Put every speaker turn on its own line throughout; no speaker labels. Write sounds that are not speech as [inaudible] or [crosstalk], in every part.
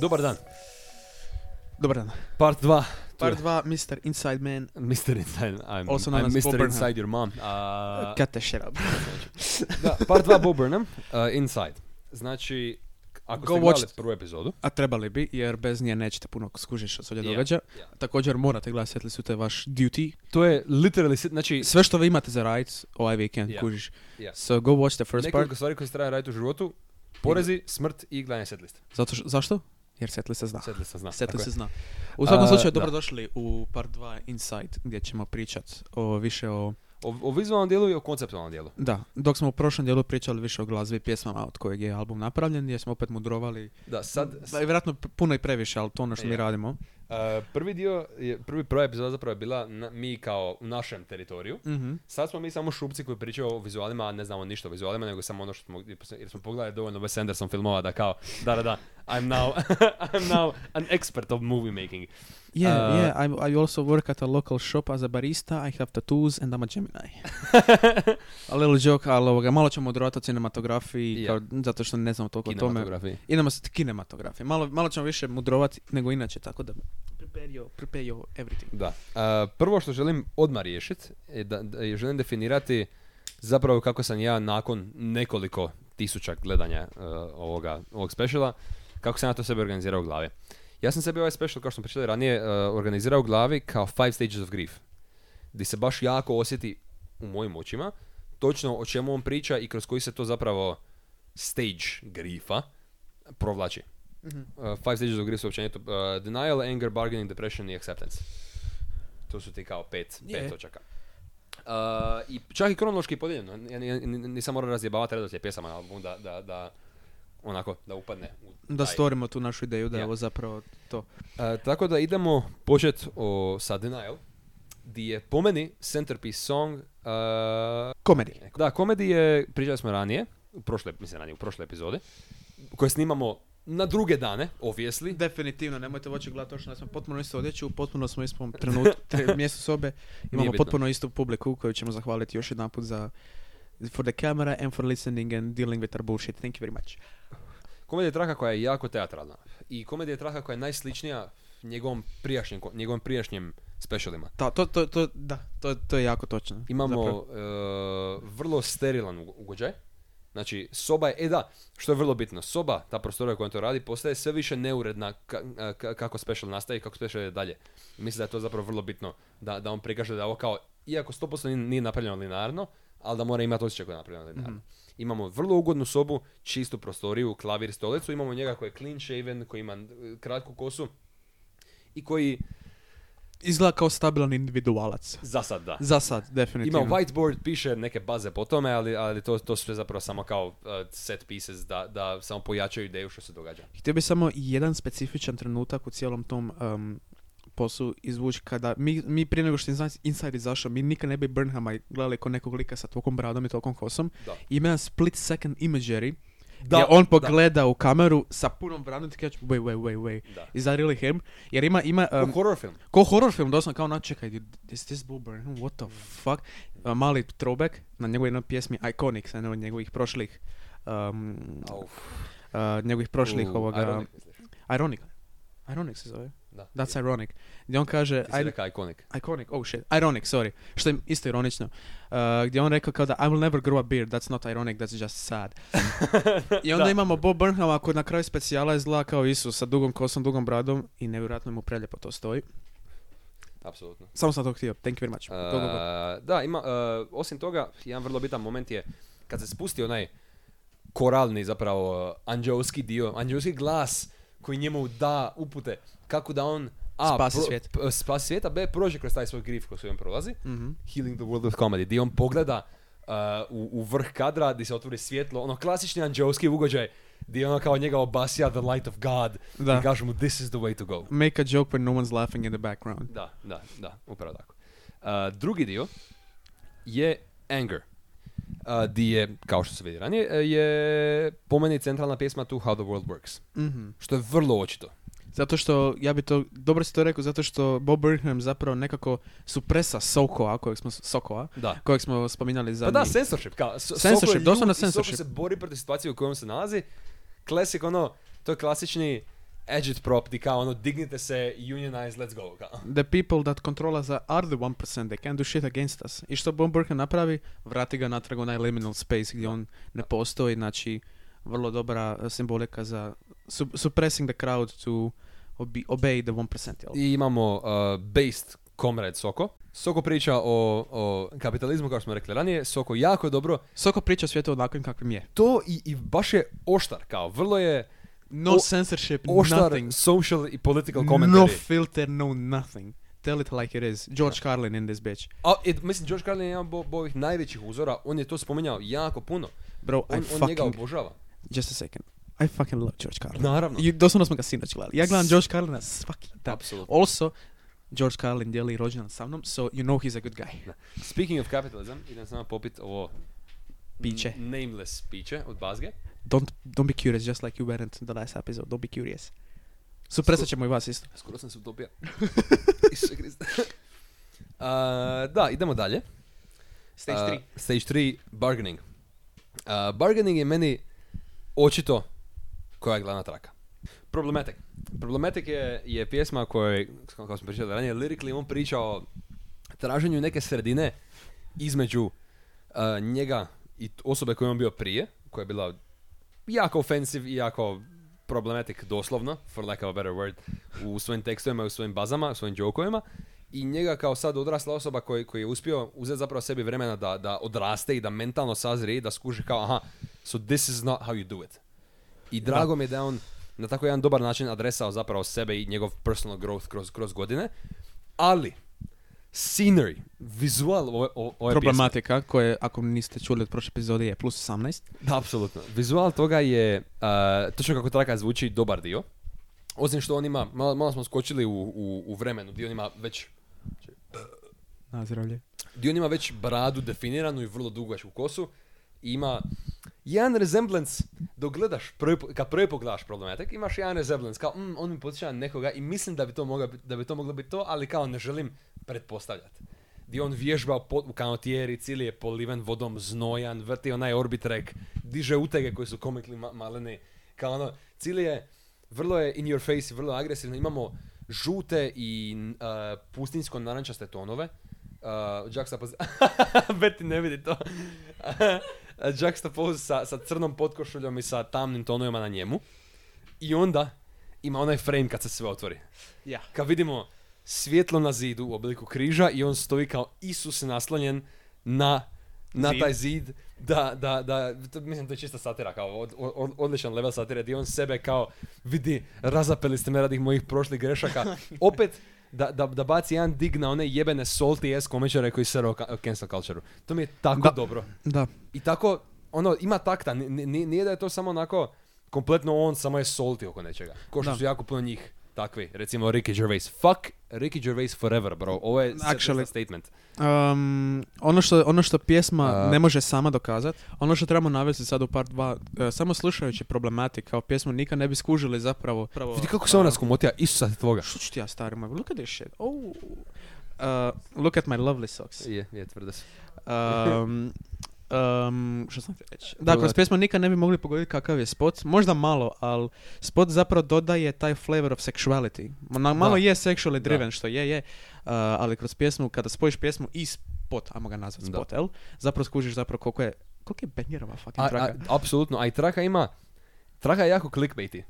Dobar dan.
Dobar dan.
Part 2.
Par 2, Mr. Inside Man.
Mr. Inside, I'm,
Also
I'm
known as
Mr.
Bob Burnham.
Inside Your Mom. A,
Cut the shit up.
da, part 2 Bob Burnham, a, Inside. Znači, ako
Go
ste
watch-
gledali prvu epizodu,
A trebali bi, jer bez nje nećete puno skužiti što se ovdje
Je,
događa.
je.
Također morate gledati Sjetli su to je vaš duty.
to je literally, si- znači,
Sve što vi imate za radit ovaj vikend,
Je.
kužiš.
Je.
So go watch the first
nekoliko
part.
stvari koje se treba raditi u životu, porezi, smrt i gledanje setlista.
Zato što, zašto? Jer Sjetli se zna.
Setlista zna.
Sjetli
tako
se
je.
zna. U svakom
A,
slučaju,
da.
dobrodošli u part 2 Inside, gdje ćemo pričat o više o...
O, o vizualnom dijelu i o konceptualnom dijelu.
Da, dok smo u prošlom dijelu pričali više o glazbi i pjesmama od kojeg je album napravljen, gdje smo opet mudrovali.
Da, sad,
Da, vjerojatno p- puno i previše, ali to ono što mi
Je.
radimo.
Uh, prvi dio, je, prvi prva epizoda zapravo je bila na- mi kao u našem teritoriju.
Mhm.
Sad smo mi samo šupci koji pričaju o vizualima, a ne znamo ništa o vizualima, nego samo ono što smo, jer smo pogledali dovoljno Wes Anderson filmova da kao, da, da, da, I'm now, [laughs] I'm now an expert of movie making.
Yeah,
Uh,
yeah. I'm, I also work at a local shop as a barista. I have tattoos and I'm a Gemini. a little joke, ali ovoga, malo ćemo odrovati o cinematografiji,
Je.
kao, zato što ne znam toliko o tome.
Kinematografiji.
Idemo s kinematografije. Malo, malo ćemo više mudrovati nego inače, tako da prepare your, prepare your everything.
Da. Uh, prvo što želim odmah riješiti, je da, da- je želim definirati zapravo kako sam ja nakon nekoliko tisuća gledanja uh, ovoga, ovog speciala, kako sam ja to sebe organizirao u glavi. Ja sam sebi ovaj special, kao što smo pričali ranije, uh, organizirao u glavi kao Five Stages of Grief. Gdje se baš jako osjeti u mojim očima točno o čemu on priča i kroz koji se to zapravo stage grifa provlači.
Mhm.
Uh, five stages of grief su općenito uh, denial, anger, bargaining, depression i acceptance. To su ti kao pet, pet
Je.
točaka. Uh, I čak i kronološki podijeljeno. Ja, ja, n- nisam morao razjebavati redoslijed pjesama na albumu da, da, da onako, da upadne u
Da
taj-
stvorimo tu našu ideju da je
Je.
ovo zapravo to.
E, tako da idemo počet o, sa Denial, di je po meni centerpiece song. e,
Komedi.
da, komedi je, pričali smo ranije, u prošle, mislim ranije, u prošloj epizodi, koje snimamo na druge dane, obviously.
Definitivno, nemojte voći gledati to što nas smo potpuno isto odjeću, potpuno smo u istom
[laughs]
trenutku, tre- mjestu sobe, imamo
bitno.
potpuno istu publiku koju ćemo zahvaliti još jedanput za for the camera and for listening and dealing with our bullshit. Thank you very much.
Komedija je traka koja je jako teatralna. I komedija je traka koja je najsličnija njegovom prijašnjem, ko- njegovim prijašnjim specialima.
Ta, to, to, to, da, to, to je jako točno.
Imamo
zapravo.
e, vrlo sterilan ugo- ugođaj. Znači, soba je, e da, što je vrlo bitno, soba, ta prostorija koja to radi, postaje sve više neuredna ka- e, ka- kako special nastaje i kako special je dalje. Mislim da je to zapravo vrlo bitno da, da on prikaže da je ovo kao, iako 100% nije- nije napravljeno linearno, ali da mora imati osjećaj koji je napravljeno linearno. Imamo vrlo ugodnu sobu, čistu prostoriju, klavir, stolicu, imamo njega koji je clean shaven, koji ima e, kratku kosu i koji,
Izgleda kao stabilan individualac.
za sad da,
Za sad,
Ima
definitivno.
whiteboard, piše neke baze po tome, ali, ali to, to su sve zapravo samo kao uh, set pieces da, da samo pojačaju ideju što se događa.
Htio bi samo jedan specifičan trenutak u cijelom tom em, poslu izvući kada mi, mi prije nego što je Inside- Inside izašao, mi nikad ne bi Burnhama gledali kao nekog lika sa tolkom bradom i tolkom kosom.
Da.
I ima jedan split second imagery
Da,
gdje on
da.
pogleda u kameru sa punom bradom i ti kažeš wait, wait, wait, wait.
Da.
Is that really him? Jer ima, ima em,
Ko horror film.
ko horror film, doslovno kao na čekaj, dude, is this Bo Burnham? What the fuck? A, mali throwback na njegovoj jednoj pjesmi Iconics, jedna od njegovih prošlih em,
Au,
a, njegovih prošlih
u,
ovoga...
ironic, misliš.
Ironic. Ironic se zove.
Da.
That's ironic. Gdje on kaže...
Ti si rekao iconic.
Iconic, oh shit, ironic, sorry. Što je isto ironično. Uh, gdje je on rekao kao da I will never grow a beard, that's not ironic, that's just
[laughs]
sad. I onda
Da.
imamo Bob Burnhama koji na kraju specijala izgleda kao Isus sa dugom kosom, dugom bradom i nevjerojatno mu preljepo to stoji.
Apsolutno.
Samo sam to htio, thank you very much. Go, go, go.
Uh, da, ima, uh, osim toga, jedan vrlo bitan moment je kad se spusti onaj koralni zapravo uh, anđeoski dio, anđeoski glas koji njemu da upute kako da on a,
Spasi svijet.
p- spasi svijet, a b, prođe kroz taj svoj grif kroz koji on prolazi.
Mhm.
Healing the World of Comedy, gdje on pogleda uh, u, u vrh kadra gdje se otvori svjetlo, ono klasični anđeoski ugođaj gdje ono kao njega obasija the light of God
Da.
i kaže mu this is the way to go.
Make a joke when no one's laughing in the background.
Da, da, da, upravo tako. Uh, drugi dio je Anger. Uh, di je, kao što se vidi ranije, eh, je po meni centralna pjesma tu How the World Works.
Mhm.
Što je vrlo očito.
Zato što, ja bi to, dobro si to rekao, zato što Bob Burnham zapravo nekako supresa Sokova, kojeg smo, Sokova,
Da.
kojeg smo spominjali za
Pa da, censorship. Kao, so-
Censorship,
Soko je ljud
doslovno
i Soko
censorship.
se bori protiv situacije u kojoj se nalazi. Klasik, ono, to je klasični agitprop di kao ono dignite se, unionize, let's go. Kao.
The people that control us are the 1%, they can't do shit against us. I što Von Burke napravi, vrati ga natrag u onaj liminal space gdje on ne postoji, znači vrlo dobra eh, simbolika za su- suppressing the crowd to obe- obey the 1%, jel?
I imamo uh, based comrade Soko. Soko priča o, o kapitalizmu, kao što smo rekli ranije. Soko jako dobro.
Soko priča o svijetu onakvim kakvim je.
To i, i baš je oštar, kao vrlo je
No
O-
censorship,
oštar
nothing.
social i political
No
commentary.
filter, no nothing. Tell it like it is. George Carlin in this bitch.
A, i- mislim, George Carlin je jedan bo, bo ovih najvećih uzora. On je to spominjao jako puno.
Bro, I
On, on njega
fucking...
obožava.
Just a second. I fucking love George Carlin.
Naravno.
I doslovno smo ga sinoć gledali. Ja gledam George Carlina svaki dan.
Apsolutno.
Also, George Carlin dijeli rođendan sa mnom, so you know he's a good guy.
Speaking of capitalism, idem samo popit ovo
Piće.
n- nameless piće od Bazge.
Don't, don't be curious, just like you weren't in the last episode. Don't be curious. Supresat ćemo i vas isto.
Skoro sam se
[laughs]
utopio. Isuse Kriste. [laughs] A, da, idemo dalje. A,
Stage 3.
stage 3, bargaining. A, bargaining je meni očito koja je glavna traka. Problematic. Problematic je, je pjesma kojoj, kao kao smo pričali ranije, lirikli on priča o traženju neke sredine između a, njega i t- osobe koju je on bio prije, koja je bila jako offensive i jako problematic doslovno, for lack of a better word, u svojim tekstovima i u svojim bazama, u svojim jokovima. I njega kao sad odrasla osoba koji, koji je uspio uzeti zapravo sebi vremena da, da odraste i da mentalno sazrije i da skuži kao aha, so this is not how you do it. I drago mi je da je on na tako jedan dobar način adresao zapravo sebe i njegov personal growth kroz, kroz godine. Ali, scenery, vizual ove, o- ove pjesme-
Problematika koje, ako niste čuli od prošle epizode, je plus 18.
da, apsolutno. Vizual toga je, uh, točno kako traka zvuči, dobar dio. Osim što on ima, malo, malo smo skočili u, u, u vremenu, gdje on ima već
Na zdravlje.
gdje on ima već bradu definiranu i vrlo dugačku kosu. I ima jedan resemblance, dok gledaš, prvi, po- kad prvi pogledaš problematik, imaš jedan resemblance, kao, "Mm, on mi podsjeća na nekoga i mislim da bi, to mogla, bit- da bi to moglo biti to, ali kao ne želim pretpostavljati. Gdje on vježba u pot- u kanotijeri, cijeli je poliven vodom, znojan, vrti onaj orbitrek, diže utege koji su komikli ma- maleni. Kao ono, cijeli je, vrlo je in your face, vrlo agresivno. Imamo žute i uh, pustinsko-narančaste tonove. Uh, [laughs] juxtapose... Beti ne vidi to. E, juxtapose sa, sa crnom potkošuljom i sa tamnim tonovima na njemu. I onda ima onaj frame kad se sve otvori.
Ja.
Kad vidimo svjetlo na zidu u obliku križa i on stoji kao Isus naslonjen na, na
Zid.
taj zid. Da, da, da, to- mislim to je čista satira, kao od, od- odličan level satire gdje on sebe kao vidi razapeli ste me radi mojih prošlih
[laughs]
grešaka. Opet da, da, da baci jedan dig na one jebene salty ass komičare koji se o ka- cancel culture To mi je tako
Da.
dobro.
Da.
I tako, ono, ima takta, ni- ni- ni- nije da je to samo onako kompletno on, samo je salty oko nečega. Ko što
Da.
su jako puno njih takvi, recimo Ricky Gervais. Fuck Ricky Gervais forever, bro. Ovo je
Actually-
Actually, statement.
Um, ono, što, ono što pjesma
A-
ne može sama dokazat, ono što trebamo navesti sad u part 2, e, samo slušajući problematik kao pjesmu nikad ne bi skužili zapravo. zapravo
Vidi kako se ona skomotija, Isusa tvoga.
Što ću ti ja stari moj, look at this shit. Oh. Uh, look at my lovely socks.
Je, je, tvrde su.
[laughs] Um, um, što sam htio reći? Da,
Dobar.
kroz pjesmu nikad ne bi mogli pogoditi kakav je spot. Možda malo, ali spot zapravo dodaje taj flavor of sexuality. Ona, malo
Da.
je sexually driven,
Da.
što je, je. uh, ali kroz pjesmu, kada spojiš pjesmu i spot, ajmo ga nazvat
Da.
spot, jel? Zapravo skužiš zapravo koliko je, koliko je Benjerova fucking
A, a,
traka.
apsolutno, a i traka ima, traka je jako clickbaity.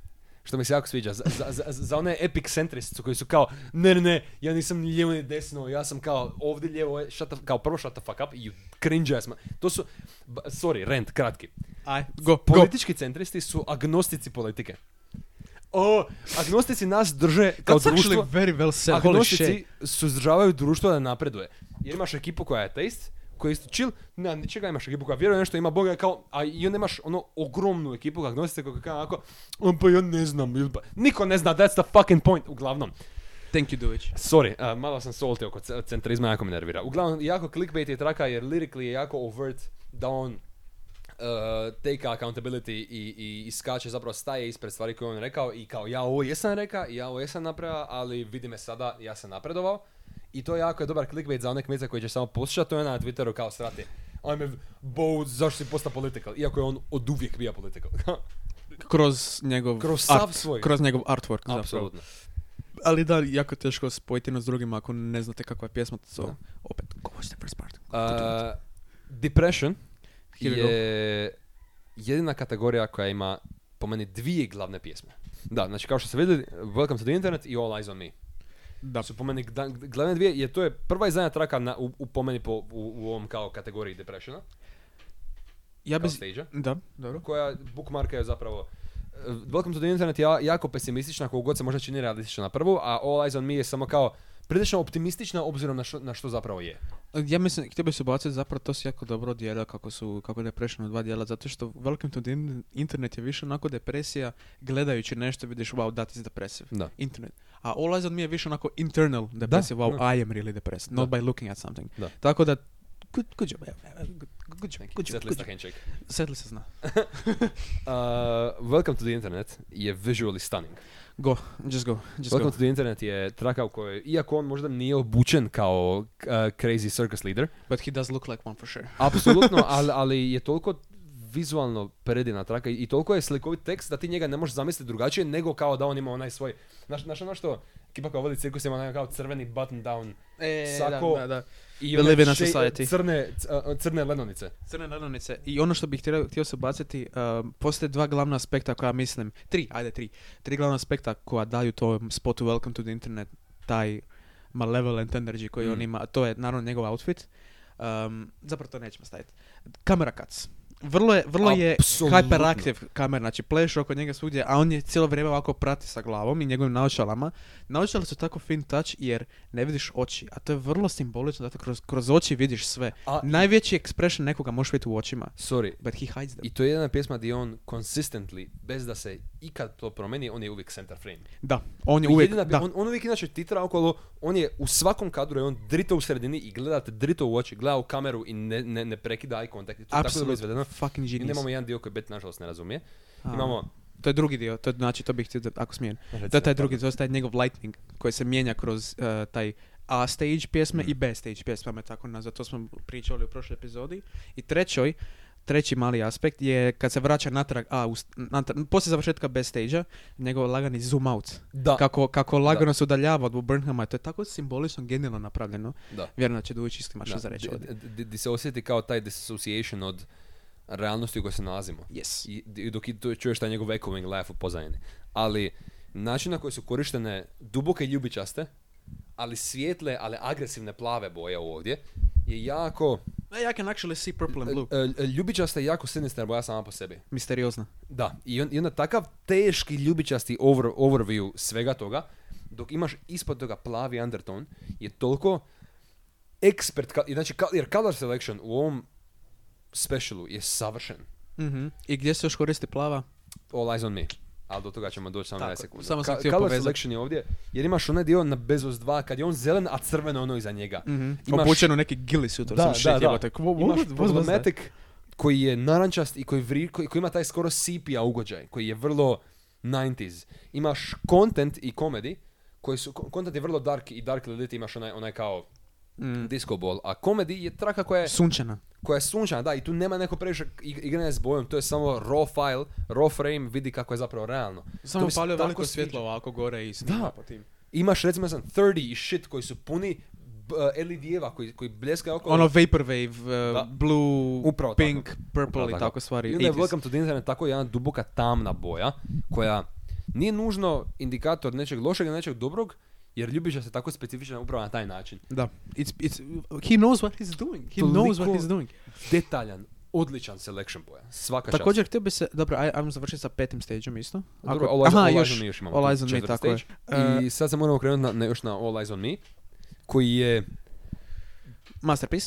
Što mi se jako sviđa, za, za, za, za one epic centristicu koji su kao, ne, ne, ne, ja nisam ni lijevo ni desno, ja sam kao ovdje lijevo, e, shut the, kao prvo shut the fuck up i you cringe ass man. To su, ba- sorry, rent, kratki.
Aj, go, go.
Politički centristi su agnostici politike. O, agnostici nas drže kao
That's actually
društvo.
very well said, holy shit.
Agnostici suzdržavaju društvo da napreduje. Jer imaš ekipu koja je ateist, koja je isto chill, na ničega imaš ekipu koja vjeruje u nešto, ima Boga kao, a i onda imaš ono ogromnu ekipu agnostica koja kao onako, "O, pa ja ne znam, ili pa, niko ne zna, that's the fucking point, uglavnom.
Thank you, Duvić.
Sorry, a, malo sam soltio oko ce- centrizma, jako me nervira. Uglavnom, jako clickbait je traka jer lyrically je jako overt da on uh, take accountability i, i, i skače, zapravo staje ispred stvari koje je on rekao i kao ja ovo jesam reka, ja ovo jesam napravio, ali vidi me sada, ja sam napredovao. I to jako je dobar clickbait za one kmice koji će samo poslušati, to je ona na Twitteru kao srati. I'm a bold, zašto si posta political? [laughs] Iako je on od uvijek bio political.
kroz njegov
Kroz
art,
sav svoj.
kroz njegov artwork zapravo.
Apsolutno.
Ali da, jako je teško spojiti jedno s drugim ako ne znate kakva je pjesma, so,
Da.
opet, go watch the first part.
Uh, depression
Here we
je jedina kategorija koja ima po meni dvije glavne pjesme. Da, znači kao što ste vidjeli, Welcome to the Internet i All Eyes on Me.
Da,
Su po meni gda- glavne dvije, jer to je prva i zadnja traka na, u, u po meni po, u, u ovom kao kategoriji Depressiona,
ja bi...
kao stage
Da, dobro.
koja bookmarka je zapravo eh, Welcome to the Internet je ja- jako pesimistična, koliko god se možda čini realistična na prvu, a All Eyes on Me je samo kao prilično optimistična obzirom na što, na što zapravo je.
Ja mislim, htio bih se baciti, zapravo to se jako dobro dijela kako su, kako je Depression u dva dijela, zato što Welcome to the In- Internet je više onako depresija, gledajući nešto vidiš, wow, that is depressive.
Da.
Internet. A All Eyes on Me je više onako internal depresija, wow,
da.
I am really depressed, not
Da.
by looking at something.
Da.
Tako da, good, good job, evo, evo, good, good job, good
Set
job, good
lista
job.
handshake.
Setli se zna.
Uh, Welcome to the Internet je visually stunning.
Go, just go, just
Welcome
go.
to the Internet je traka u kojoj, iako on možda nije obučen kao uh, crazy circus leader,
But he does look like one for sure. [laughs]
apsolutno, ali, ali je toliko vizualno predivna traka i i toliko je slikovit tekst da ti njega ne možeš zamisliti drugačije nego kao da on ima onaj svoj, znaš, znaš ono što ekipa koja vodi cirkus ima onaj kao crveni button down
E,
Sako-
da, da, da.
i
The
one
Live in a
shade-
Society.
crne, c- uh, crne lenonice.
Crne naravnice. I ono što bih htio, htio se baciti, um, postoje dva glavna aspekta koja mislim, tri, ajde tri, tri glavna aspekta koja daju tom spotu Welcome to the Internet taj malevolent energy koji on
Mm.
ima, a to je naravno njegov outfit. Um, zapravo to nećemo staviti. Kamera cuts. Vrlo je, vrlo je
Apsolutno.
hyperaktiv kamer, znači pleš oko njega svugdje, a on je cijelo vrijeme ovako prati sa glavom i njegovim naočalama. Naočale su tako fin touch jer ne vidiš oči, a to je vrlo simbolično, zato kroz, kroz oči vidiš sve.
A-
Najveći expression nekoga možeš vidjeti u očima.
Sorry,
But he hides them.
i to je jedna pjesma gdje on consistently, bez da se ikad to promeni, on je uvijek center frame.
Da, on je
To je
uvijek,
jedina-
da.
on, on uvijek inače titra okolo, on je u svakom kadru, je on drito u sredini i gleda te drito u oči, gleda u kameru i ne, ne, ne prekida eye contact. I to je tako dobro
Apsolutno,
izvedeno.
fucking
I
genius.
nemamo jedan dio koji Bet nažalost ne razumije.
A.
Imamo...
To je drugi dio, to je- znači to bih htio, da- ako smijem.
Recimo,
To je taj drugi, to je taj njegov lightning koji se mijenja kroz eh, taj A stage pjesme i B stage pjesme, me tako nazva, to smo pričali u prošloj epizodi. I trećoj, treći mali aspekt je kad se vraća natrag, a, u, st- natrag, poslije završetka B stage-a, njegov lagani zoom out.
Da,
Kako, kako lagano
Da.
se udaljava od Burnhama, to je tako simbolično, genijalno napravljeno.
da.
Vjerujem da će Dujić isto imaš
Da,
što pa za reći
di-
ovdje.
di- di- di se osjeti kao taj dissociation od realnosti u kojoj se nalazimo.
Yes.
I di- dok i tu čuješ taj njegov echoing laugh u pozadini. Ali način na koji su korištene duboke ljubičaste, ali svijetle, ali agresivne plave boje ovdje, je jako...
I can actually see purple and blue.
E, e, Ljubičasta je jako sinister boja sama po sebi.
Misteriozna.
Da, i, on, i onda takav teški ljubičasti over, overview svega toga, dok imaš ispod toga plavi undertone, je toliko ekspert, ka, i znači, ka- jer color selection u ovom specialu je savršen.
Mhm. I gdje se još koristi plava?
All eyes on me. Ali do toga ćemo doći samo
Tako,
10 sekundi.
samo sam htio
color
povezat.
selection je ovdje, jer imaš onaj dio na Bezos 2, kad je on zelen, a crveno je ono iza njega.
Imaš... Mhm. Obučen u neki gili sutor,
da,
sam shit,
da, da.
jebote. Kvo- what-
Imaš
what- what was that?
problematic koji je narančast i koji, vri, koji, koji ima taj skoro sepia ugođaj, koji je vrlo 90s. Imaš content i comedy, koji su, ko- content je vrlo dark i dark lediti imaš onaj, onaj kao
Mm.
disco ball, a comedy je traka koja je,
Sunčana.
koja je sunčana, da, i tu nema neko previše ig- igranja s bojom, to je samo raw file, raw frame, vidi kako je zapravo realno. To
Samo
mi se
palio
tako
veliko
sviđa.
svjetlo ovako gore i
Da.
snima po tim.
Imaš recimo sam 30 i shit koji su puni b- LED-eva koji, koji bljeska oko.
Ono vaporwave, uh,
Da.
blue,
Upravo tako.
pink, purple
Upravo
i tako stvari.
I onda je
80s.
Welcome to the Internet tako jedna duboka tamna boja koja nije nužno indikator nečeg lošeg ili nečeg dobrog, jer ljubiša se tako specifična upravo na taj način.
Da. It's, it's, he knows what he's doing. He knows what
Toliko-
he's doing.
Detaljan, odličan selection boja. Svaka čast.
Također, htio bi se... Dobro, aj, ajmo završiti sa petim stageom isto.
Dobro, All Eyes,
aha,
All Eyes
još,
on Me još imamo.
All
tu,
Eyes on Me,
četvrti
tako je. E,
stage. I sad se moramo krenuti na, na, još na All Eyes on Me, koji je,
Masterpiece.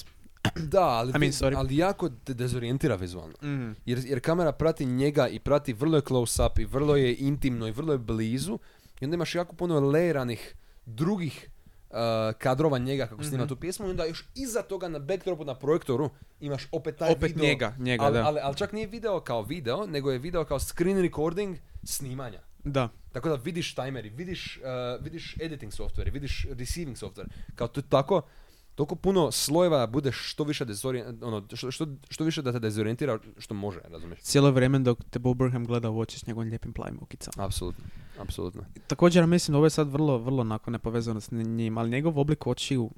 [clears throat] da, ali,
I mean, sorry.
ali jako te dezorijentira vizualno.
Mhm.
Jer, jer kamera prati njega i prati vrlo je close up i vrlo je intimno i vrlo je blizu i onda imaš jako puno lejeranih drugih uh, kadrova njega kako
Mhm.
snima tu pjesmu i onda još iza toga na backdropu na projektoru imaš opet taj
Opet
video.
njega, njega,
ali,
da.
Ali, ali čak nije video kao video, nego je video kao screen recording snimanja.
Da.
Tako da vidiš timeri, vidiš, uh, vidiš editing software, vidiš receiving software. Kao to je tako toliko puno slojeva da bude što više dezorien, ono, što, što, što više da te dezorientira što može, razumiješ?
Cijelo vrijeme dok te Bo Burnham gleda u oči s njegovim lijepim plavim ukicama.
Apsolutno, apsolutno.
Također, ja mislim da ovo je sad vrlo, vrlo onako nepovezano s njim, ali njegov oblik očiju,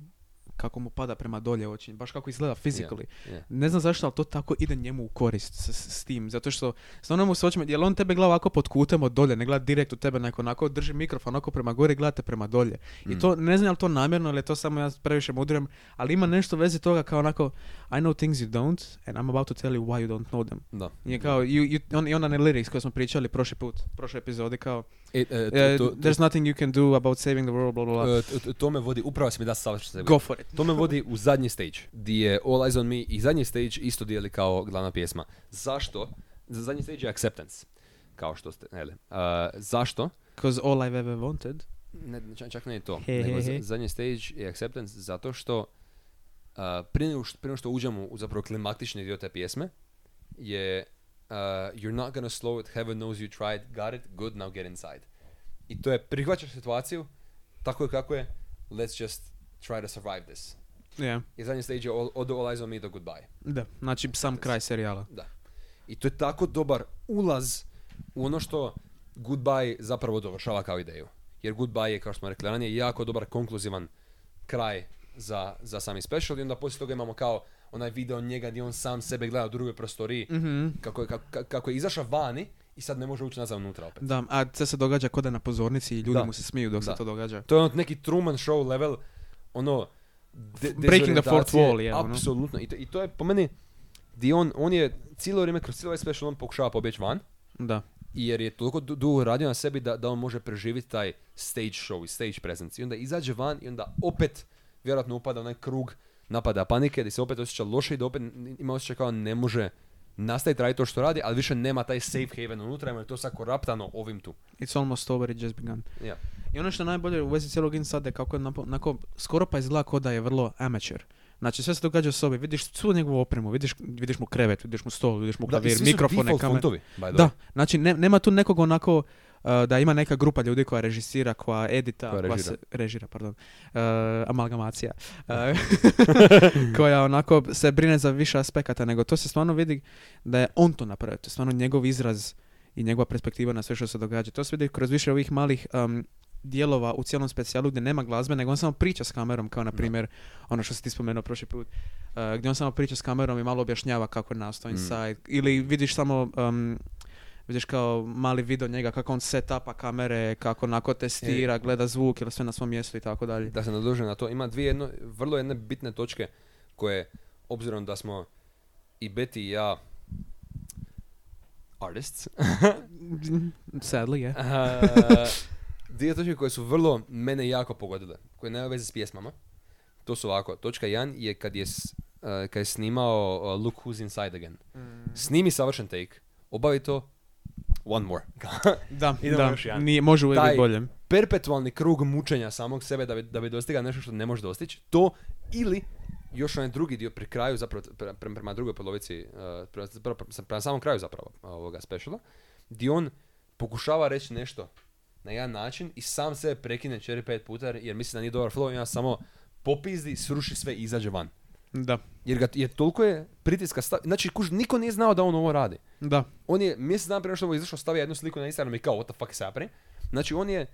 kako mu pada prema dolje oči, baš kako izgleda physically.
je.
Ne znam zašto, ali to tako ide njemu u korist s, s- s tim, zato što stvarno mu se očima, jel on tebe gleda ovako pod kutem od dolje, ne gleda direkt u tebe, nego onako drži mikrofon onako prema gore i gleda te prema dolje. I to, ne znam je li to namjerno ili je to samo ja previše mudrujem, ali ima nešto u vezi toga kao onako, I know things you don't and I'm about to tell you why you don't know them.
Da.
Je kao, you, you, on, i onda ne lyrics koje smo pričali prošli put, prošle epizode kao,
E, e, to-
eh,
to- to-
there's nothing you can do about saving the world, bla bla bla.
e, to- to- to me vodi, upravo si mi da savjet što sam
Go for it.
To me vodi u zadnji stage, di je All Eyes On Me i zadnji stage isto dijeli kao glavna pjesma. Zašto? Za zadnji stage je acceptance, kao što ste, jeli. Uh, zašto?
Cause all I've ever wanted.
Ne, čak, čak ne je to,
He,
nego
he,
za-
he.
zadnji stage je acceptance zato što uh, prije nego što- prije nego što uđemo u zapravo klimatični dio te pjesme je uh, You're not gonna slow it, heaven knows you tried, got it, good, now get inside. I to je prihvaćaš situaciju, tako je kako je, let's just try to survive this.
Yeah.
I zadnji stage je all, od All Eyes On Me do Goodbye.
Da, znači sam kraj serijala.
Da. I to je tako dobar ulaz u ono što Goodbye zapravo dovršava kao ideju. Jer Goodbye je, kao što smo rekli ranije, jako dobar konkluzivan kraj za, za sami special i onda poslije toga imamo kao onaj video njega gdje on sam sebe gleda u drugoj prostoriji
Mhm.
kako, je, kako, kako je izašao vani i sad ne može ući nazad unutra opet.
Da, a to se događa kod da je na pozornici i ljudi
Da.
mu se smiju dok
Da.
se to događa.
To je ono neki Truman Show level, ono... de-
Breaking the fourth
dezorientacije.
wall, je, ono.
Apsolutno. I to, I to je po meni, di on, on je cijelo vrijeme, kroz cijelo ovaj special, on pokušava pobjeći van,
Da.
jer je toliko du- dugo radio na sebi da, da on može preživjeti taj stage show i stage presence. I onda izađe van i onda opet vjerojatno upada u onaj krug napada panike, da se opet osjeća loše i da opet n- ima osjećaj kao ne može nastaviti raditi to što radi, ali više nema taj safe haven unutra, jer je to sad koraptano ovim tu.
It's almost over, it just begun.
Ja.
I ono što je najbolje u vezi cijelog insada je kako je napo- onako, skoro pa izgleda kao da je vrlo amateur. Znači sve se događa u sobi, vidiš svu njegovu opremu, vidiš, vidiš mu krevet, vidiš mu stol, vidiš mu klavir, mikrofone, kamere. Da, znači ne- nema tu nekog onako uh, da ima neka grupa ljudi koja režisira, koja edita,
Koja
koja,
režira.
se režira, pardon, uh, amalgamacija, uh, [laughs] koja onako se brine za više aspekata, nego to se stvarno vidi da je on to napravio, to je stvarno njegov izraz i njegova perspektiva na sve što se događa. To se vidi kroz više ovih malih um, dijelova u cijelom specijalu gdje nema glazbe, nego on samo priča s kamerom, kao na primjer ono što si ti spomenuo prošli put, uh, gdje on samo priča s kamerom i malo objašnjava kako je nastao Inside, ili vidiš samo um, vidiš kao mali video njega kako on setapa kamere, kako onako testira, gleda zvuk ili sve na svom mjestu i tako dalje.
da se nadože na to, ima dvije jedno, vrlo jedne bitne točke koje, obzirom da smo i Beti i ja artists,
Sadly, je.
Eh, [laughs] dvije točke koje su vrlo mene jako pogodile, koje nemaju veze s pjesmama. To su ovako, točka 1 je kad je, s- eh, kad je snimao eh, Look Who's Inside Again. Snimi savršen take, obavi to, one more.
Da,
Idemo
da,
još jedan.
nije, može uvijek
Taj-
biti bolje.
Perpetualni krug mučenja samog sebe da bi, da bi dostigao nešto što ne može dostići, to ili još onaj drugi dio pri kraju, zapravo pre- pre- prema drugoj polovici, eh, prema, zapravo pre- prema samom kraju zapravo uh, ovoga speciala, gdje on pokušava reći nešto na jedan način i sam sebe prekine 4-5 puta jer misli da nije dobar flow i onda samo popizdi, sruši sve i izađe van.
Da,
Jer ga je toliko je pritiska stav... Znači, kuž, niko nije znao da on ovo radi.
da.
On je mjesec dana prije nego što je ovo izašao stavio jednu sliku na Instagram i kao what the fuck is happening. Znači on je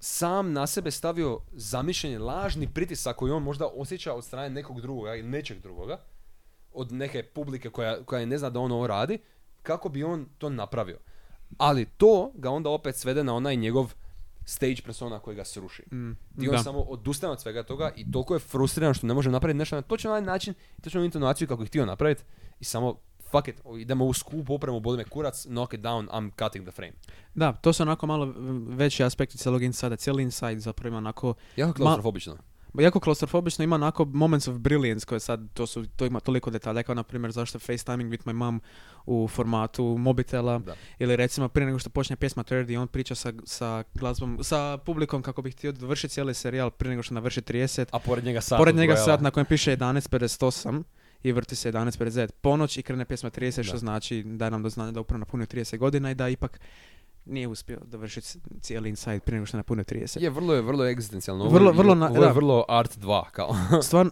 sam na sebe stavio zamišljeni lažni pritisak koji on možda osjeća od strane nekog drugoga ili nečeg drugoga, od neke publike koja, koja ne zna da on ovo radi, kako bi on to napravio. Ali to ga onda opet svede na onaj njegov stage persona koji ga sruši. I on
mm, da.
samo odustane od svega toga i toliko je frustriran što ne može napraviti nešto na točno onaj način, točno onu intonaciju kako je htio napraviti i samo fuck it, idemo u skupu opremu, boli me kurac, knock it down, I'm cutting the frame.
Da, to su onako malo mm, veći aspekti cijelog insada. Cijeli inside zapravo ima onako
Jako klaustrofobično.
Jako klaustrofobično ima onako moments of brilliance koje sad, to, su, to ima toliko detalja kao na primjer zašto je FaceTiming with my mom u formatu mobitela
Da.
ili recimo prije nego što počne pjesma 30 on priča sa, sa glazbom, sa publikom kako bi htio dovršiti cijeli serijal prije nego što navrši 30.
A pored njega sat
Pored njega
odbrojava.
sat na kojem piše 11.58 i vrti se 11.59 ponoć i krene pjesma 30 što
Da.
znači da nam do znanja da je upravo napunio 30 godina i da ipak nije uspio dovršiti c- cijeli inside prije nego što je napunio 30.
Je, vrlo je, vrlo je egzistencijalno. Ovo,
Vrlo-
je-
vrlo na-
ovo je
da.
vrlo art 2,
[laughs]
kao.
Stvarno,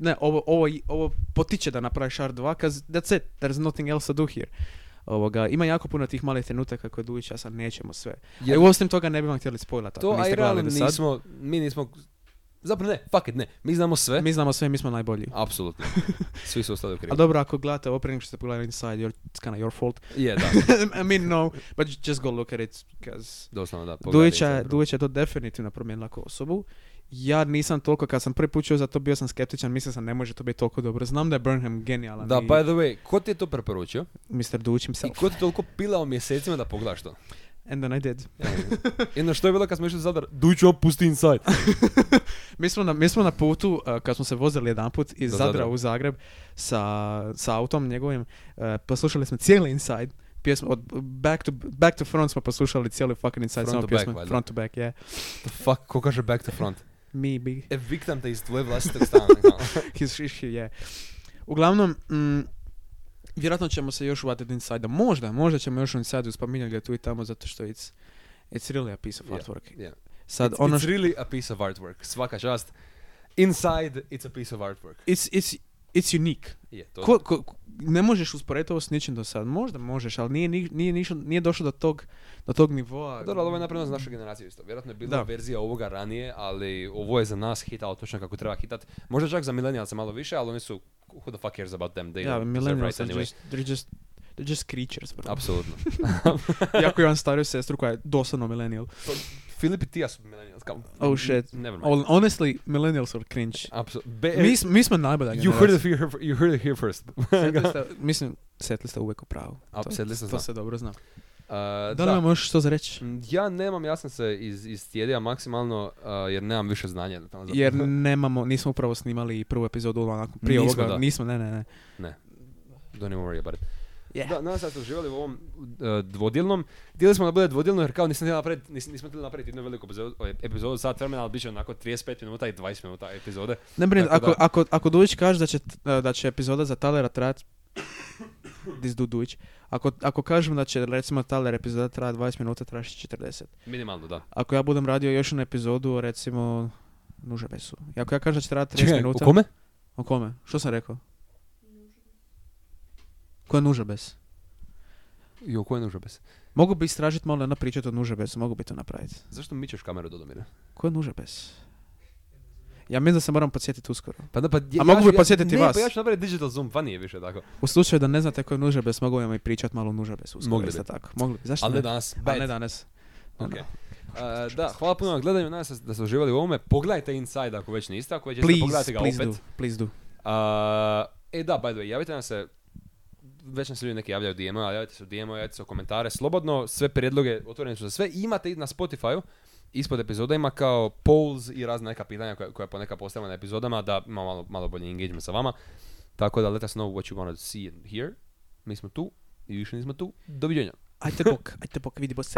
ne, ovo, ovo, ovo potiče da napraviš R2, cause that's it, there's nothing else to do here. Ovoga, ima jako puno tih malih trenutaka koje Dujić, ja sad nećemo sve.
Jer-
Jer... I osim toga ne bi vam htjeli spojlati.
To,
ako
a
niste
i realno
gledali do sad.
nismo, mi nismo, zapravo ne, fuck it, ne, mi znamo sve.
Mi znamo sve, mi smo najbolji.
Apsolutno.
[laughs]
Svi su ostali u krivu.
A dobro, ako gledate ovo prije nego što ste pogledali Inside, you're, it's kinda your fault.
Je, da,
[laughs] I mean, no, but just go look at it, cause...
doslovno da. pogledaj
Dujića,
Instagram.
Dujić je to definitivno promijenila kao osobu. Ja nisam toliko, kad sam prvi put čuo za to, bio sam skeptičan, mislio sam ne može to biti toliko dobro. Znam da je Burnham genijalan
Da,
i
by the way, ko ti je to preporučio?
Mr. Dujić
I
himself.
ko ti je toliko pilao mjesecima da pogledaš to?
And then I did.
[laughs] Jedno što je bilo kad smo išli u Zadar, Dujiću, op, pusti inside.
Mi smo na, mi smo na putu, uh, kad smo se vozili jedan put iz
Do
Zadra,
Zadra.
u Zagreb sa, sa autom njegovim, uh, poslušali smo cijeli Inside, pjesmu, od back to, back to front smo poslušali cijeli fucking Inside,
Front
samo
to back,
pjesmu,
valjda.
front to back, yeah.
[laughs] The fuck, ko kaže back to front?
Me, big,
Eviktam E, te iz tvoje vlastitog [laughs] stana. kao.
his, his, his, yeah. Uglavnom, mm, vjerojatno ćemo se još uvatiti Inside, možda, možda ćemo još u Inside spominjati ga tu i tamo, zato što it's, it's really a piece of
Yeah,
artwork.
yeah.
Sad,
it's,
ono
it's
što-
really a piece of artwork, svaka čast. Inside, it's a piece of artwork.
it's, it's, it's unique.
Je, to
Ko, ko- ko- ne možeš usporediti ovo s ničim do sad. Možda možeš, ali nije, ni- nije, nišo- nije došlo do tog, do tog nivoa.
Dobro, ali ovo je napravljeno za našu generaciju isto. Vjerojatno je bila
Da.
verzija ovoga ranije, ali ovo je za nas hitao točno kako treba hitat. Možda čak za milenijalce malo više, ali oni su who the fuck cares about them, they
Ja,
don't deserve
millennials
rights
are
anyway.
just, they're just, they're just creatures, bro.
[laughs]
[laughs]
Apsolutno.
Iako imam stariju sestru koja je doslovno millennial.
Filip i Tija su millennials, kao...
Oh, shit.
Never mind.
Hon- Honestly, millennials are cringe.
Apsolutno. Be-
Mi, smo- mi smo najbolja
E, You heard,
generacija.
it here, you heard it here first. [laughs]
Setli ste- Mislim, setli ste uvijek u pravu.
A,
To-
setli ste,
To
znam.
se dobro zna.
Uh,
Da li
da.
nam još što za reći?
Mm, Ja nemam, ja sam se iz, istijedio maksimalno uh, jer nemam više znanja. jednostavno za- [laughs]
Jer nemamo, nismo upravo snimali prvu epizodu onako prije
Nismo,
ovoga.
da.
Nismo, ne, ne, ne.
Don't even worry about it.
Yeah.
Da, nadam se da ste uživali u ovom uh, dvodjelnom. Htjeli smo da bude dvodjelno jer kao nisam htjeli napraviti, nisam, nismo htjeli napraviti jednu veliku epizodu, o, epizodu sat vremena, ali bit će onako 35 minuta i 20 minuta epizode.
Ne brini,
Tako
ako,
da-
ako, ako Dujić kaže da će, e, da će epizoda za Talera trajati... This du Dujić. Ako, ako kažem da će recimo Taler epizoda trajati 20 minuta, traši 40.
Minimalno, da.
Ako ja budem radio još jednu epizodu o recimo Nužabesu. I ako ja kažem da će
[laughs]
trajati 30 minuta... O kome? Što sam rekao? Ko je Nužabes?
Jo, ko je nužabes?
Mogu bi istražiti malo na pričati o Nužabesu, mogu bi to napraviti.
Zašto mičeš kameru do domine?
Ko je Nužabes? Ja mislim da se moram podsjetiti uskoro.
Pa da, pa...
A mogu
ću-
bi podsjetiti
ne,
vas.
pa ja ću napraviti digital zoom, pa nije više tako.
U slučaju da ne znate ko je Nužabes, mogu vam i pričati malo o Nužabesu uskoro.
Mogli
isto
bi.
tako. Mogli bi. Zašto
Ali
ne?
ne danas.
A
bad.
ne danas.
Ok.
Ono,
Uh, da, hvala puno na gledanju, nadam se da ste uživali u ovome. Pogledajte Inside ako već niste, ako već jeste,
Please,
pogledajte ga
please
opet.
do, please do.
A, e da, by the way, javite nam se, već nam se ljudi neki javljaju u DM-u, ali javite se u DM-u, javite se u komentare, slobodno, sve prijedloge otvorene su za sve. I Imate i na Spotify-u, ispod epizoda ima kao polls i razna neka pitanja koja, koja ponekad postavljamo na epizodama, da imamo malo, malo bolji engagement sa vama. Tako da let us know what you want to see and hear. Mi smo tu i više nismo tu. Doviđenja.
Ajte bok, ajte bok, vidimo se.